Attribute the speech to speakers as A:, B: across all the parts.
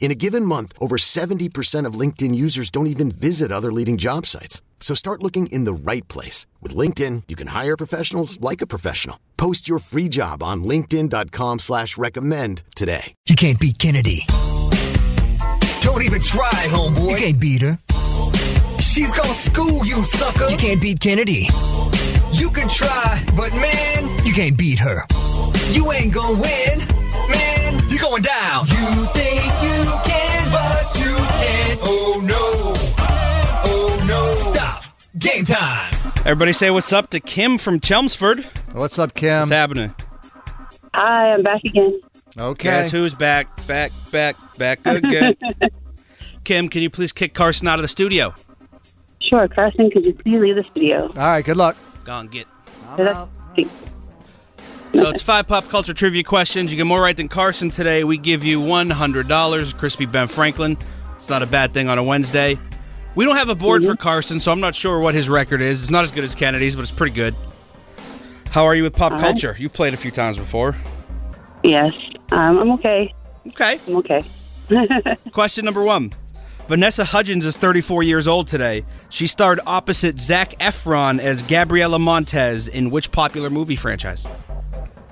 A: In a given month, over 70% of LinkedIn users don't even visit other leading job sites. So start looking in the right place. With LinkedIn, you can hire professionals like a professional. Post your free job on linkedin.com slash recommend today.
B: You can't beat Kennedy.
C: Don't even try, homeboy.
B: You can't beat her.
C: She's gonna school you, sucker.
B: You can't beat Kennedy.
C: You can try, but man,
B: You can't beat her.
C: you ain't gonna win. Man, you're going down. You think you can, but you can't. Oh no. Oh no. Stop. Game time.
D: Everybody say what's up to Kim from Chelmsford.
E: What's up, Kim?
D: What's happening?
F: Hi, I'm back again.
E: Okay.
D: Guess who's back, back, back, back again? Kim, can you please kick Carson out of the studio?
F: Sure, Carson, could you please leave the studio?
E: All right. Good luck.
D: Gone get.
F: That's-
D: So it's five pop culture trivia questions. You get more right than Carson today. We give you one hundred dollars, crispy Ben Franklin. It's not a bad thing on a Wednesday. We don't have a board for Carson, so I'm not sure what his record is. It's not as good as Kennedy's, but it's pretty good. How are you with pop
F: All right.
D: culture? You've played a few times before.
F: Yes, um, I'm okay.
D: Okay.
F: I'm okay.
D: Question number one. Vanessa Hudgens is 34 years old today. She starred opposite Zach Efron as Gabriela Montez in which popular movie franchise?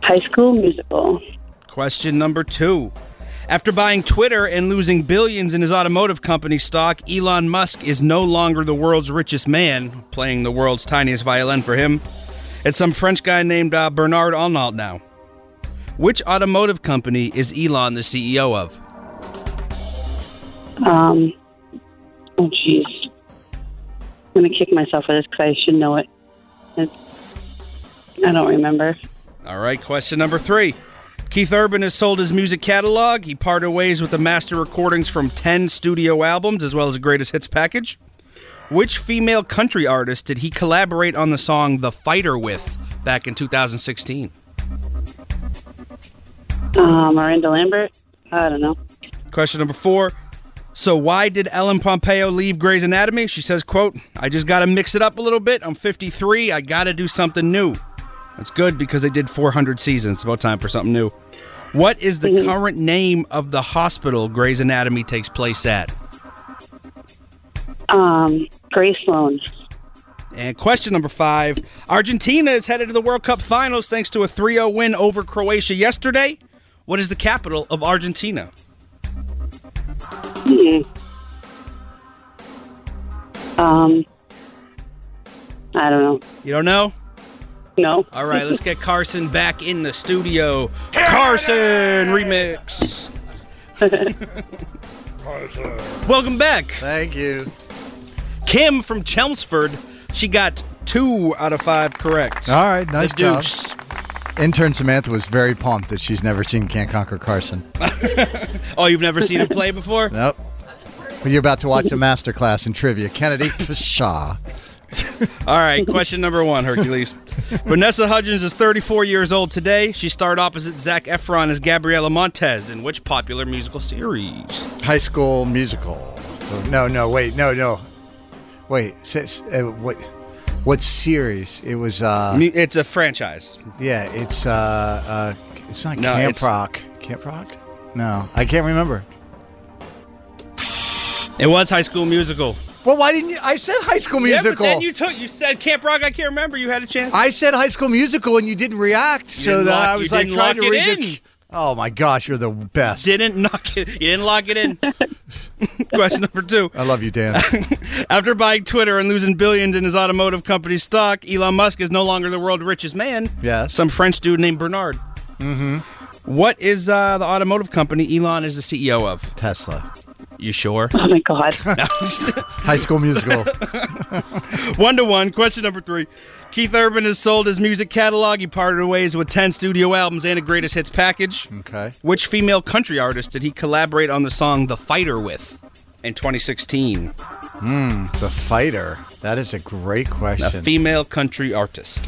F: High School Musical.
D: Question number two. After buying Twitter and losing billions in his automotive company stock, Elon Musk is no longer the world's richest man, playing the world's tiniest violin for him. It's some French guy named uh, Bernard Arnault now. Which automotive company is Elon the CEO of?
F: Um, oh, jeez. I'm going to kick myself for this because I should know it. It's, I don't remember.
D: All right, question number three. Keith Urban has sold his music catalog. He parted ways with the master recordings from 10 studio albums as well as a greatest hits package. Which female country artist did he collaborate on the song The Fighter with back in 2016?
F: Um, Miranda Lambert? I don't know.
D: Question number four. So why did Ellen Pompeo leave Grey's Anatomy? She says, quote, I just gotta mix it up a little bit. I'm 53. I gotta do something new. That's good because they did 400 seasons. It's about time for something new. What is the current name of the hospital Grey's Anatomy takes place at?
F: Um, Grace Sloan.
D: And question number five Argentina is headed to the World Cup finals thanks to a 3 0 win over Croatia yesterday. What is the capital of Argentina?
F: Hmm. Um, I don't know.
D: You don't know?
F: No.
D: All right, let's get Carson back in the studio. Carson remix. Welcome back.
E: Thank you.
D: Kim from Chelmsford. She got two out of five correct.
E: All right. Ah, Nice
D: the
E: job.
D: deuce.
E: Intern Samantha was very pumped that she's never seen Can't Conquer Carson.
D: Oh, you've never seen him play before?
E: Nope. But you're about to watch a master class in trivia. Kennedy, pshaw.
D: All right, question number one, Hercules. Vanessa Hudgens is 34 years old today. She starred opposite Zach Efron as Gabriela Montez in which popular musical series?
E: High School Musical. No, no, wait, no, no. Wait, s- s- uh, what? What series? It was. uh
D: Mu- It's a franchise.
E: Yeah, it's. uh, uh It's not
D: No,
E: Camp
D: it's-
E: Rock. Camp Rock? No, I can't remember.
D: It was High School Musical.
E: Well, why didn't you? I said High School
D: Yeah, but
E: Musical.
D: then you took. You said Camp Rock. I can't remember. You had a chance.
E: I said High School Musical, and you didn't react. so
D: didn't
E: that
D: lock-
E: I
D: you
E: was like
D: didn't
E: trying
D: lock
E: to
D: it
E: read.
D: in.
E: The, oh my gosh, you're the best.
D: didn't knock it. You didn't lock it in. Question number two.
E: I love you, Dan.
D: After buying Twitter and losing billions in his automotive company stock, Elon Musk is no longer the world's richest man.
E: Yes.
D: Some French dude named Bernard. Mm-hmm. is uh, the automotive company Elon is the CEO of?
E: Tesla.
D: You sure?
F: Oh my God.
E: High School Musical.
D: one to one. Question number three. Keith Urban has sold his music catalog. He parted ways with 10 studio albums and a greatest hits package.
E: Okay.
D: Which female country artist did he collaborate on the song The Fighter with in 2016?
E: the Fighter. That is a great
D: A
E: question.
D: female country artist.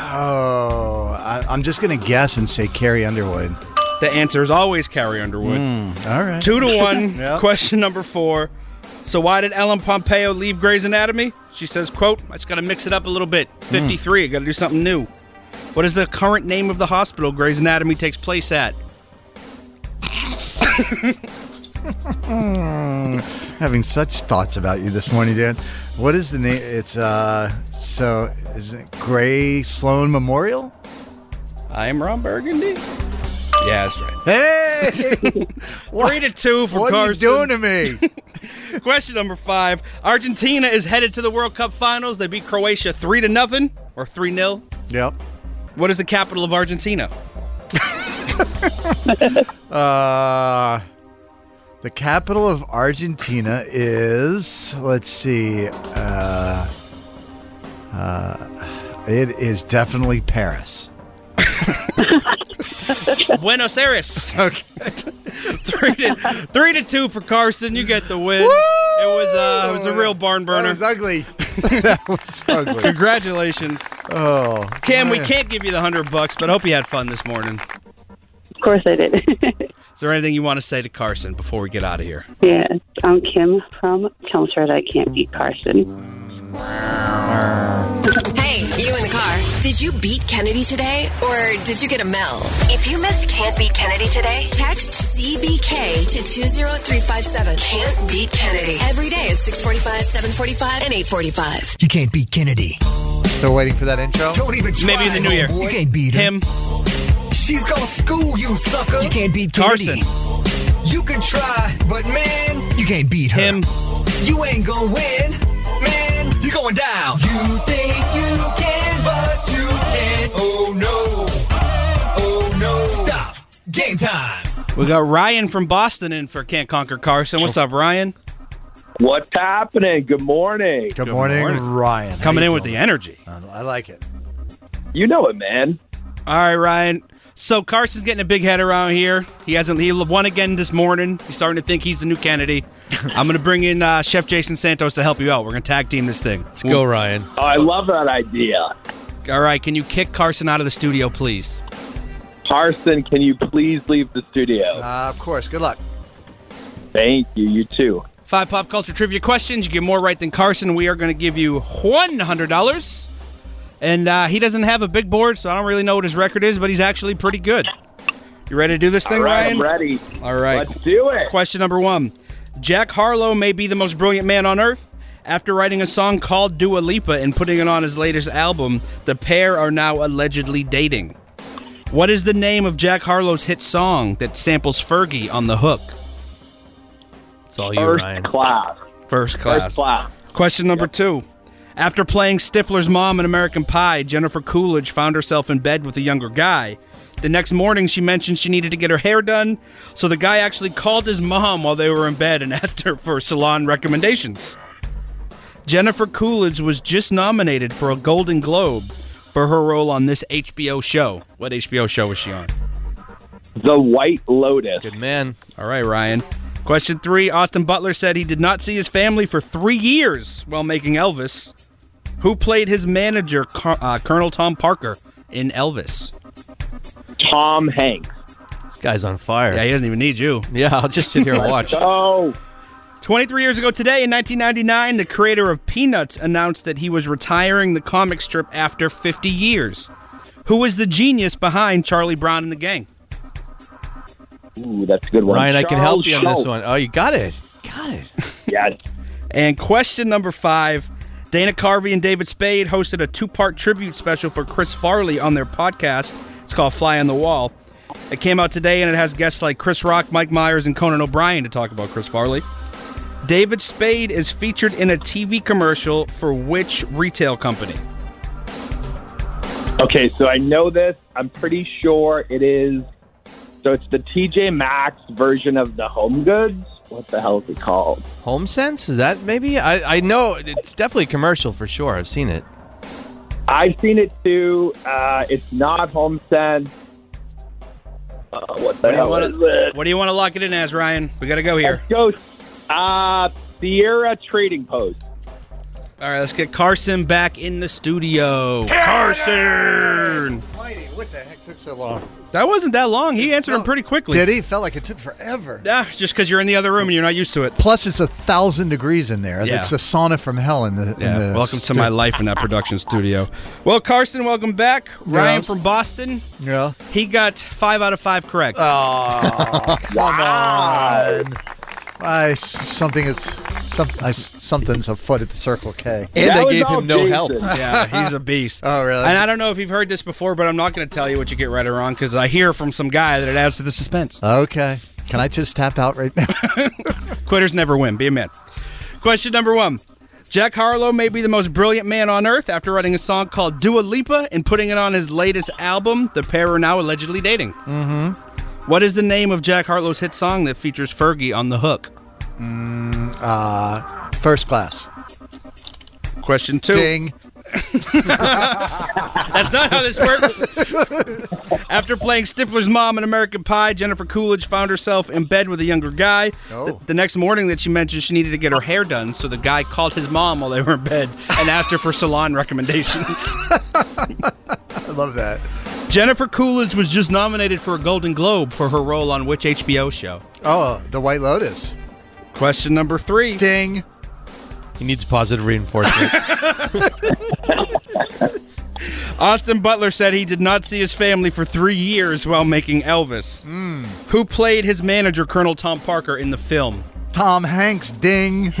E: oh, I, I'm just gonna guess and say Carrie Underwood.
D: The answer is always Carrie Underwood.
E: All right.
D: Two to one.
E: Yep.
D: Question number four. So why did Ellen Pompeo leave Grey's Anatomy? She says, quote, I just gotta mix it up a little bit.
E: Hmm.
D: 53, gotta do something new. What is the current name of the hospital Grey's Anatomy takes place at?
E: Having such thoughts about you this morning, Dan. What is the name? It's uh. So is it Gray Sloan Memorial?
D: I am Ron Burgundy. Yeah, that's right.
E: Hey,
D: Three to two for
E: what are you
D: Carson.
E: doing to me?
D: Question number five. Argentina is headed to the World Cup finals. They beat Croatia three to nothing or three nil.
E: yep.
D: What is the capital of Argentina?
E: Uh, the capital of Argentina is, let's see, uh, uh, it is definitely Paris.
D: Buenos Aires. three
E: Okay.
D: to three to two for Carson. You get the win. It was uh, it was a real barn burner.
E: That was ugly. that was ugly.
D: Congratulations,
E: Oh.
D: Cam. We
E: man.
D: can't give you the hundred bucks, but I hope you had fun this morning.
F: Of course I did.
D: Is there anything you want to say to Carson before we get out of here?
F: yeah. I'm Kim from Chelmsford. I can't beat Carson.
G: Hey, you in the car. Did you beat Kennedy today or did you get a Mel? If you missed Can't Beat Kennedy today, text CBK to 20357. Can't Beat Kennedy. Every day at 645, 745, and 845.
B: You can't beat Kennedy.
E: Still waiting for that intro?
B: Don't even try.
D: Maybe in the new year.
B: You can't beat her.
D: Him,
C: She's gonna school you, sucker.
B: You can't beat Kennedy.
D: Carson,
C: You can try, but man,
B: You can't beat her.
D: him.
C: you ain't gonna win. Man, you're going down. You think you can, but you can't. Oh no. Oh no. Stop. Game time.
D: We got Ryan from Boston in for Can't Conquer Carson. What's up, Ryan?
H: What's happening? Good morning.
E: Good, morning,
D: morning.
E: Ryan. How
D: Coming
E: you
D: in with the
E: doing? Um,
D: energy.
E: I like it.
H: You know it, man.
D: All right, Ryan. So Carson's getting a big head around here. He hasn't. He won again this morning. He's starting to think he's the new Kennedy. I'm going to bring in uh, Chef Jason Santos to help you out. We're going to tag team this thing. Let's go, Ryan.
H: Oh, I love that idea.
D: All right. Can you kick Carson out of the studio, please?
H: Carson, can you please leave the studio?
E: Uh, of course. Good luck.
H: Thank you. You too.
D: Five pop culture trivia questions. You get more right than Carson. We are going to give you one hundred dollars. And uh, he doesn't have a big board, so I don't really know what his record is, but he's actually pretty good. You ready to do this thing,
H: All right,
D: Ryan?
H: I'm ready.
D: All right.
H: Let's do it.
D: Question number one Jack Harlow may be the most brilliant man on earth. After writing a song called Dua Lipa and putting it on his latest album, the pair are now allegedly dating. What is the name of Jack Harlow's hit song that samples Fergie on the hook? It's all you,
H: First class.
D: First
H: First
D: class.
H: class.
D: Question number two. After playing Stifler's mom in American Pie, Jennifer Coolidge found herself in bed with a younger guy. The next morning, she mentioned she needed to get her hair done, so the guy actually called his mom while they were in bed and asked her for salon recommendations. Jennifer Coolidge was just nominated for a Golden Globe for her role on this HBO show. What HBO show was she on?
H: The White Lotus.
D: All right, Ryan. Question three Austin Butler said he did not see his family for three years while making Elvis. Who played his manager, Car- uh, Colonel Tom Parker, in Elvis?
H: Tom Hanks.
I: Guy's on fire.
D: Yeah,
I: Yeah,
D: he doesn't even need you.
I: I'll just sit here and watch.
H: Oh,
D: 23 years ago today, in 1999, the creator of Peanuts announced that he was retiring the comic strip after 50 years. Who was the genius behind Charlie Brown and the Gang?
H: ooh, that's a good one.
I: Ryan, I can help
H: Charles
I: you on this
H: Schultz.
I: one. Oh, you got it. Got it.
H: Yes.
D: And question number five Dana Carvey and David Spade hosted a two part tribute special for Chris Farley on their podcast. It's called Fly on the Wall. It came out today and it has guests like Chris Rock, Mike Myers, and Conan O'Brien to talk about Chris Farley. David Spade is featured in a TV commercial for which retail company?
H: Okay, so I know this. I'm pretty sure it is. So it's the TJ Maxx version of the Home Goods. What the hell is it called?
I: Home Sense? Is that maybe? I, I know it's definitely a commercial for sure. I've seen it.
H: I've seen it too. Uh, it's not HomeSense. Uh, what
D: What
H: the
D: do, you
H: hell
D: wanna,
H: is it?
D: what do you wanna lock it in as, Ryan? We gotta go here.
H: Go, uh, Sierra Trading Post.
D: All right, let's get Carson back in the studio. Carson!
E: Whitey, what the heck took so long?
D: That wasn't that long. He answered him pretty quickly.
E: Did he? Felt like it took forever.
D: Yeah, just because you're in the other room and you're not used to it.
E: Plus, it's a thousand degrees in there.
D: Yeah.
E: It's the sauna from hell in the.
D: Yeah.
E: In the
D: welcome to my life in that production studio. Well, Carson, welcome back. Ryan
E: Yes.
D: from Boston.
E: Yeah.
D: He got five out of five correct.
E: Oh, come on. I s- something is some I s- something's afoot at the Circle K.
I: And
H: That
I: they
H: was
I: gave
H: all
I: him no help.
H: Jason.
D: yeah, he's a beast.
E: Oh, really?
D: And I don't know if you've heard this before, but I'm not going to tell you what you get right or wrong because I hear from some guy that it adds to the suspense.
E: Okay. Can I just tap out right now?
D: Quitters never win. Be a man. Question number one. Jack Harlow may be the most brilliant man on earth after writing a song called Dua Lipa and putting it on his latest album. The pair are now allegedly dating. Mm-hmm. is the name of Jack Harlow's hit song that features Fergie on the hook?
E: Uh, first class.
D: Question two.
E: Ding.
D: That's not how this works. After playing Stifler's mom in American Pie, Jennifer Coolidge found herself in bed with a younger guy.
E: Oh.
D: The, the next morning that she mentioned she needed to get her hair done, so the guy called his mom while they were in bed and asked her for salon recommendations.
E: I love that.
D: Jennifer Coolidge was just nominated for a Golden Globe for her role on which HBO show?
E: Oh, the White Lotus.
D: Question number three.
E: Ding.
I: He needs positive reinforcement.
D: Austin Butler said he did not see his family for three years while making Elvis. Who played his manager, Colonel Tom Parker, in the film?
E: Tom Hanks. Ding.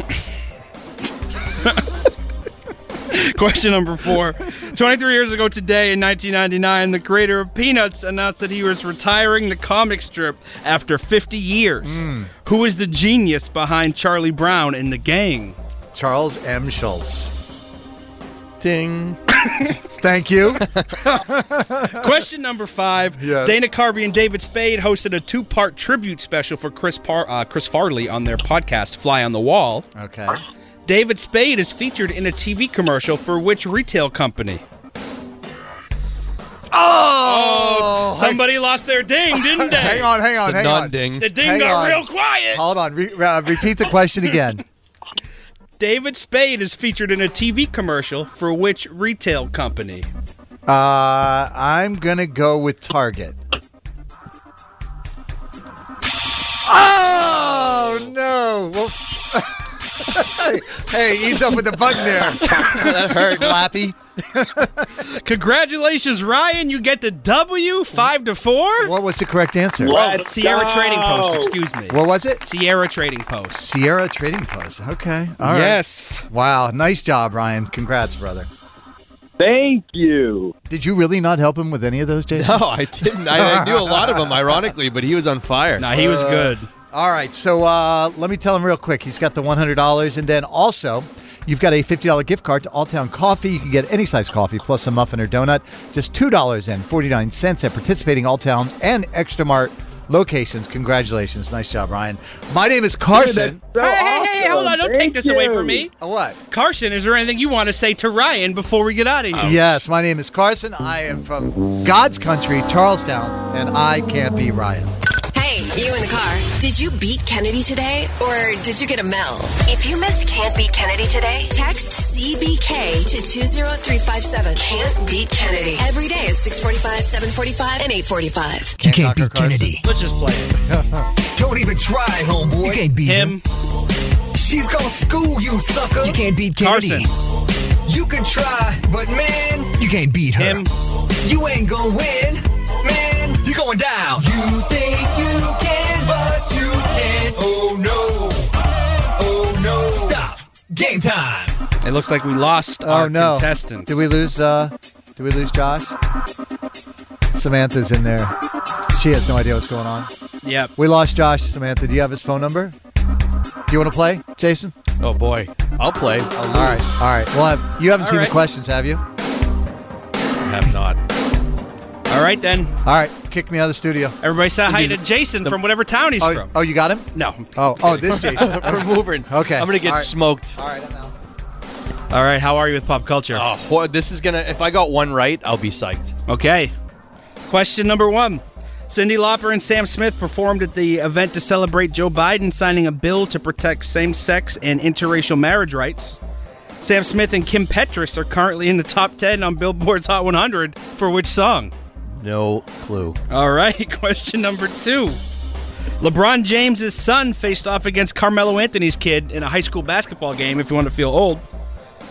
D: Question number four. 23 years ago today in 1999, the creator of Peanuts announced that he was retiring the comic strip after 50 years.
E: Hmm.
D: Who is the genius behind Charlie Brown and the gang?
E: Charles M. Schultz.
I: Ding.
E: Thank you.
D: Question number five.
E: Yes.
D: Dana Carvey and David Spade hosted a two part tribute special for Chris, Par- uh, Chris Farley on their podcast, Fly on the Wall.
E: Okay.
D: David Spade is featured in a TV commercial for which retail company?
E: Oh,
D: Somebody lost their ding, didn't they?
E: Hang on, hang on,
I: The
E: hang on.
I: non-ding.
D: The ding
E: Hang
D: got
E: on.
D: real quiet.
E: Hold on. Re- uh, repeat the question again.
D: David Spade is featured in a TV commercial for which retail company?
E: Uh, I'm gonna go with Target. Oh no! Well, hey, ease up with the button there. that hurt, Lappy.
D: Congratulations, Ryan. You get the W, five to four.
E: What was the correct answer?
D: Oh,
H: Let's
D: Sierra
H: go.
D: Trading Post, excuse me.
E: What was it?
D: Sierra Trading Post.
E: Sierra Trading Post. Okay. All right.
D: yes.
E: Wow. Nice job, Ryan. Congrats, brother.
H: Thank you.
E: Did you really not help him with any of those, Jason?
I: No, I didn't. I, I knew a lot of them, ironically, but he was on fire.
D: Nah, he was
E: Uh,
D: good.
E: All right, so uh, let me tell him real quick. He's got the $100, and then also, you've got a $50 gift card to Alltown Coffee. You can get any size coffee plus a muffin or donut, just $2.49 at participating Alltown and Extra Mart locations. Congratulations. Nice job, Ryan. My name is Carson.
H: So
D: hey, hey, hey, hey, hold on.
H: awesome.
D: Don't
H: Thank
D: take this away
H: you.
D: from me.
E: Oh, what?
D: Carson, is there anything you want to say to Ryan before we get out of here?
E: Yes, my name is Carson. I am from God's country, Charlestown, and I can't be Ryan.
G: Hey, you in the car. Did you beat Kennedy today or did you get a Mel? If you missed Can't Beat Kennedy today, text CBK to 20357. Can't Beat Kennedy. Every day at 645, 745, and 845.
B: You
E: Can't
B: can't
E: knock her
B: beat Kennedy.
D: Let's just play it.
C: Don't even try,
B: You
C: homeboy.
B: can't beat
D: Him.
C: She's gonna school you, sucker.
B: You can't beat Kennedy.
D: Carson.
C: You can try, but man,
B: You can't beat her.
D: Him.
C: you ain't gonna win. Man, you're going down. You think you can, but you can't. Oh no. Oh no. Stop. Game time.
D: It looks like we lost
E: Oh
D: our
E: no!
D: contestants.
E: Did we lose? Uh, did we lose Josh? Samantha's in there. She has no idea what's going on.
D: Yep.
E: We lost Josh. Samantha, do you have his phone number? Do you want to play, Jason?
I: Oh boy, I'll play. I'll
E: All right, all right. Well, have, you haven't
D: All
E: seen
D: right.
E: the questions, have you? All
I: Have not.
D: All right then.
E: right, kick me out of the studio.
D: Everybody say hi to Jason from whatever town he's
E: Oh,
D: from.
E: oh, you got him?
D: No. I'm-
E: Oh, oh, this Jason.
I: We're moving.
E: Okay.
I: I'm gonna get
E: All right.
I: smoked.
E: all right, I'm out.
D: All right. How are you with pop culture?
I: Oh, wha- this is gonna. If I got one right, I'll be psyched.
D: Okay. Question number one. Cindy Lauper and Sam Smith performed at the event to celebrate Joe Biden signing a bill to protect same sex and interracial marriage rights. Sam Smith and Kim Petras are currently in the top 10 on Billboard's Hot 100 for which song?
I: No clue.
D: All right, question number two. LeBron James's son faced off against Carmelo Anthony's kid in a high school basketball game, if you want to feel old.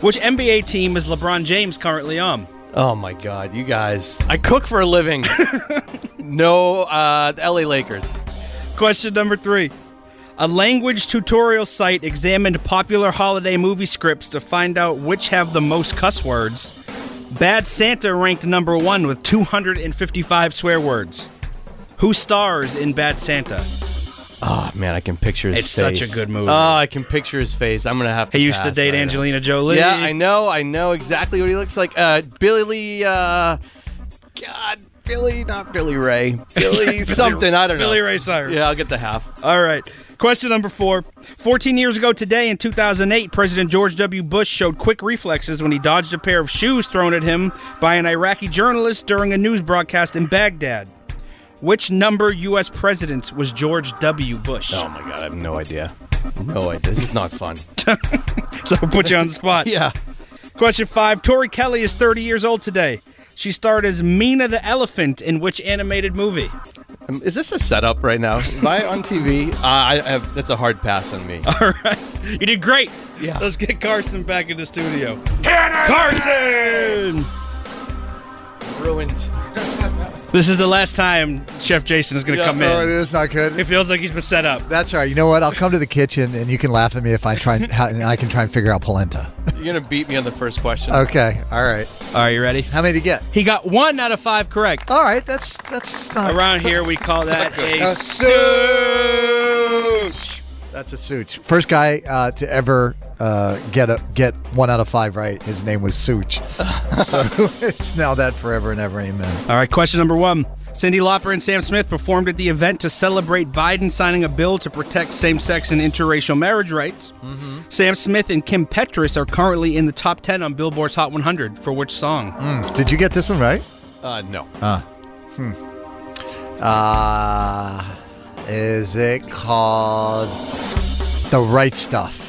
D: Which NBA team is LeBron James currently on?
I: Oh my God, you guys! I cook for a living. no, uh, the LA Lakers.
D: Question number three. A language tutorial site examined popular holiday movie scripts to find out which have the most cuss words. Bad Santa ranked number one with 255 swear words. Who stars in Bad Santa?
I: Oh man, I can picture his
D: It's
I: face.
D: such a good movie.
I: Oh, I can picture his face. I'm gonna have to.
D: He used to
I: pass
D: date
I: right
D: Angelina Jolie.
I: Yeah, I know. I know exactly what he looks like. Uh, Billy. Uh, God, Billy, not Billy Ray. Billy something. I don't know.
D: Billy Ray Cyrus.
I: Yeah, I'll get the half.
D: All right. Question number four. 14 years ago today in 2008, President George W. Bush showed quick reflexes when he dodged a pair of shoes thrown at him by an Iraqi journalist during a news broadcast in Baghdad. Which number U.S. presidents was George W. Bush?
I: Oh my God, I have no idea. No idea. This is not fun.
D: So I'll put you on the spot.
I: yeah.
D: Question five. Tori Kelly is 30 years old today. She starred as Mina the Elephant in which animated movie?
I: Um, Is this a setup right now? Am I on TV? Uh, I have, that's a hard pass on me.
D: All right. You did great.
I: Yeah.
D: Let's get Carson back in the studio. Carson!
I: Ruined.
D: This is the last time Chef Jason is going to
I: Yeah,
D: come
E: Oh,
D: in.
E: it is not
D: It
E: good.
D: feels like he's been set up.
E: That's all right. You know what? I'll come to the kitchen and you can laugh at me if I try and, how, and I can try and figure out polenta.
I: You're going to beat me on the first question.
E: Okay. All right.
D: Are you ready?
E: How many did you get?
D: He got one out of five correct.
E: All right. That's that's not
D: Around here, we call that a
E: A
D: suit.
E: That's a Such. First guy uh, to ever uh, get a get one out of five right. His name was Such. so it's now that forever and ever. Amen.
D: All right, question number one. Cindy Lauper and Sam Smith performed at the event to celebrate Biden signing a bill to protect same sex and interracial marriage rights.
I: Mm-hmm.
D: Sam Smith and Kim Petras are currently in the top 10 on Billboard's Hot 100 for which song?
I: Mm.
E: Did you get this one right? Hmm.
I: Uh, no.
E: Uh, is it called the right stuff?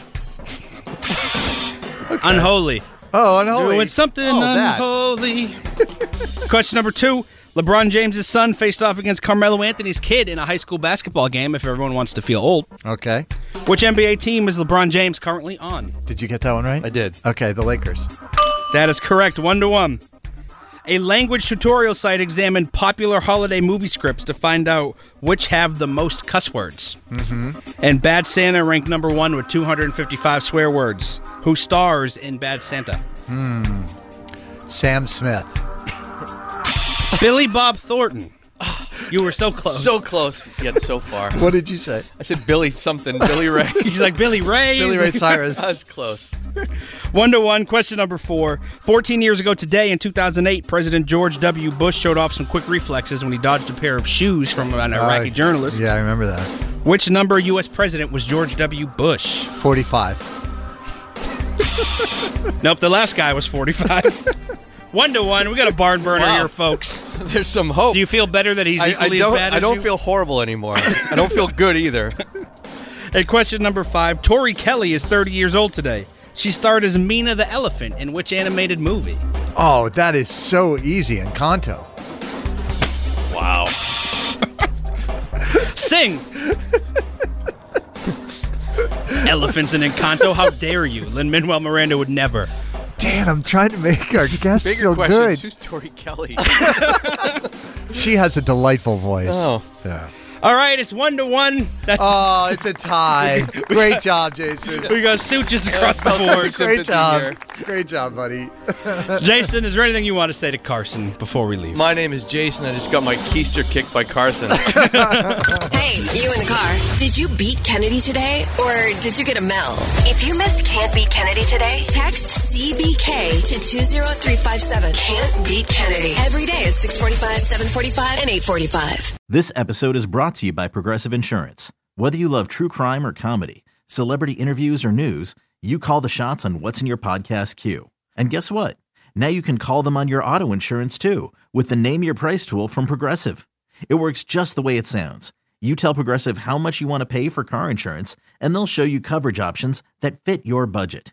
D: Unholy.
E: Oh, unholy.
D: Doing something
I: Oh, that.
D: unholy. Question number two. LeBron James' son faced off against Carmelo Anthony's kid in a high school basketball game, if everyone wants to feel old.
E: Okay.
D: Which NBA team is LeBron James currently on?
E: Did you get that one right?
I: I did.
E: Okay, the Lakers.
D: That is correct, one to one. A language tutorial site examined popular holiday movie scripts to find out which have the most cuss words. Mm-hmm. And Bad Santa ranked number one with 255 swear words. Who stars in Bad Santa?
E: Sam Smith.
D: Billy Bob Thornton. You were so close.
I: So close, yet so far.
E: What did you say?
I: I said Billy something. Billy Ray.
D: He's like Billy Ray.
E: Billy Ray Cyrus.
I: That's close.
D: One to one. Question number four. 14 years ago today in 2008, President George W. Bush showed off some quick reflexes when he dodged a pair of shoes from an Iraqi
E: Uh,
D: journalist.
E: Yeah, I remember that.
D: Which number U.S. president was George W. Bush?
E: Forty-five.
D: Nope, the last guy was 45. one to one. We got a barn burner
I: Wow.
D: here, folks.
I: There's some hope.
D: Do you feel better that he's
I: I, I
D: equally
I: don't,
D: as bad
I: I
D: as
I: don't
D: you?
I: feel horrible anymore. I don't feel good either.
D: And question number five. Tori Kelly is 30 years old today. She starred as Mina the Elephant in which animated movie?
E: Oh, that is so easy. in Conto.
I: Wow.
D: Sing. Elephants in Encanto, how dare you? Lin Manuel Miranda would never.
E: Dan, I'm trying to make our guest
I: Bigger
E: feel
I: question.
E: good.
I: Who's Tori Kelly?
E: She has a delightful voice.
I: Oh.
E: Yeah.
D: All right, it's one to one. That's
I: Uh,
E: Oh, it's a tie. Great job, Jason.
D: we got suit just across the board.
E: Great job. Great job, buddy.
D: Jason, is there anything you want to say to Carson before we leave?
H: My name is Jason. I just got my keister kicked by Carson.
J: Hey, you in the car. Did you beat Kennedy today or did you get a Mel? If you missed Can't Beat Kennedy today, text CBK to 20357. Can't Beat Kennedy. Every day at 645, 745, and 845.
K: This episode is brought to you by Progressive Insurance. Whether you love true crime or comedy, celebrity interviews or news, you call the shots on what's in your podcast queue. And guess what? Now you can call them on your auto insurance too with the Name Your Price tool from Progressive. It works just the way it sounds. You tell Progressive how much you want to pay for car insurance, and they'll show you coverage options that fit your budget.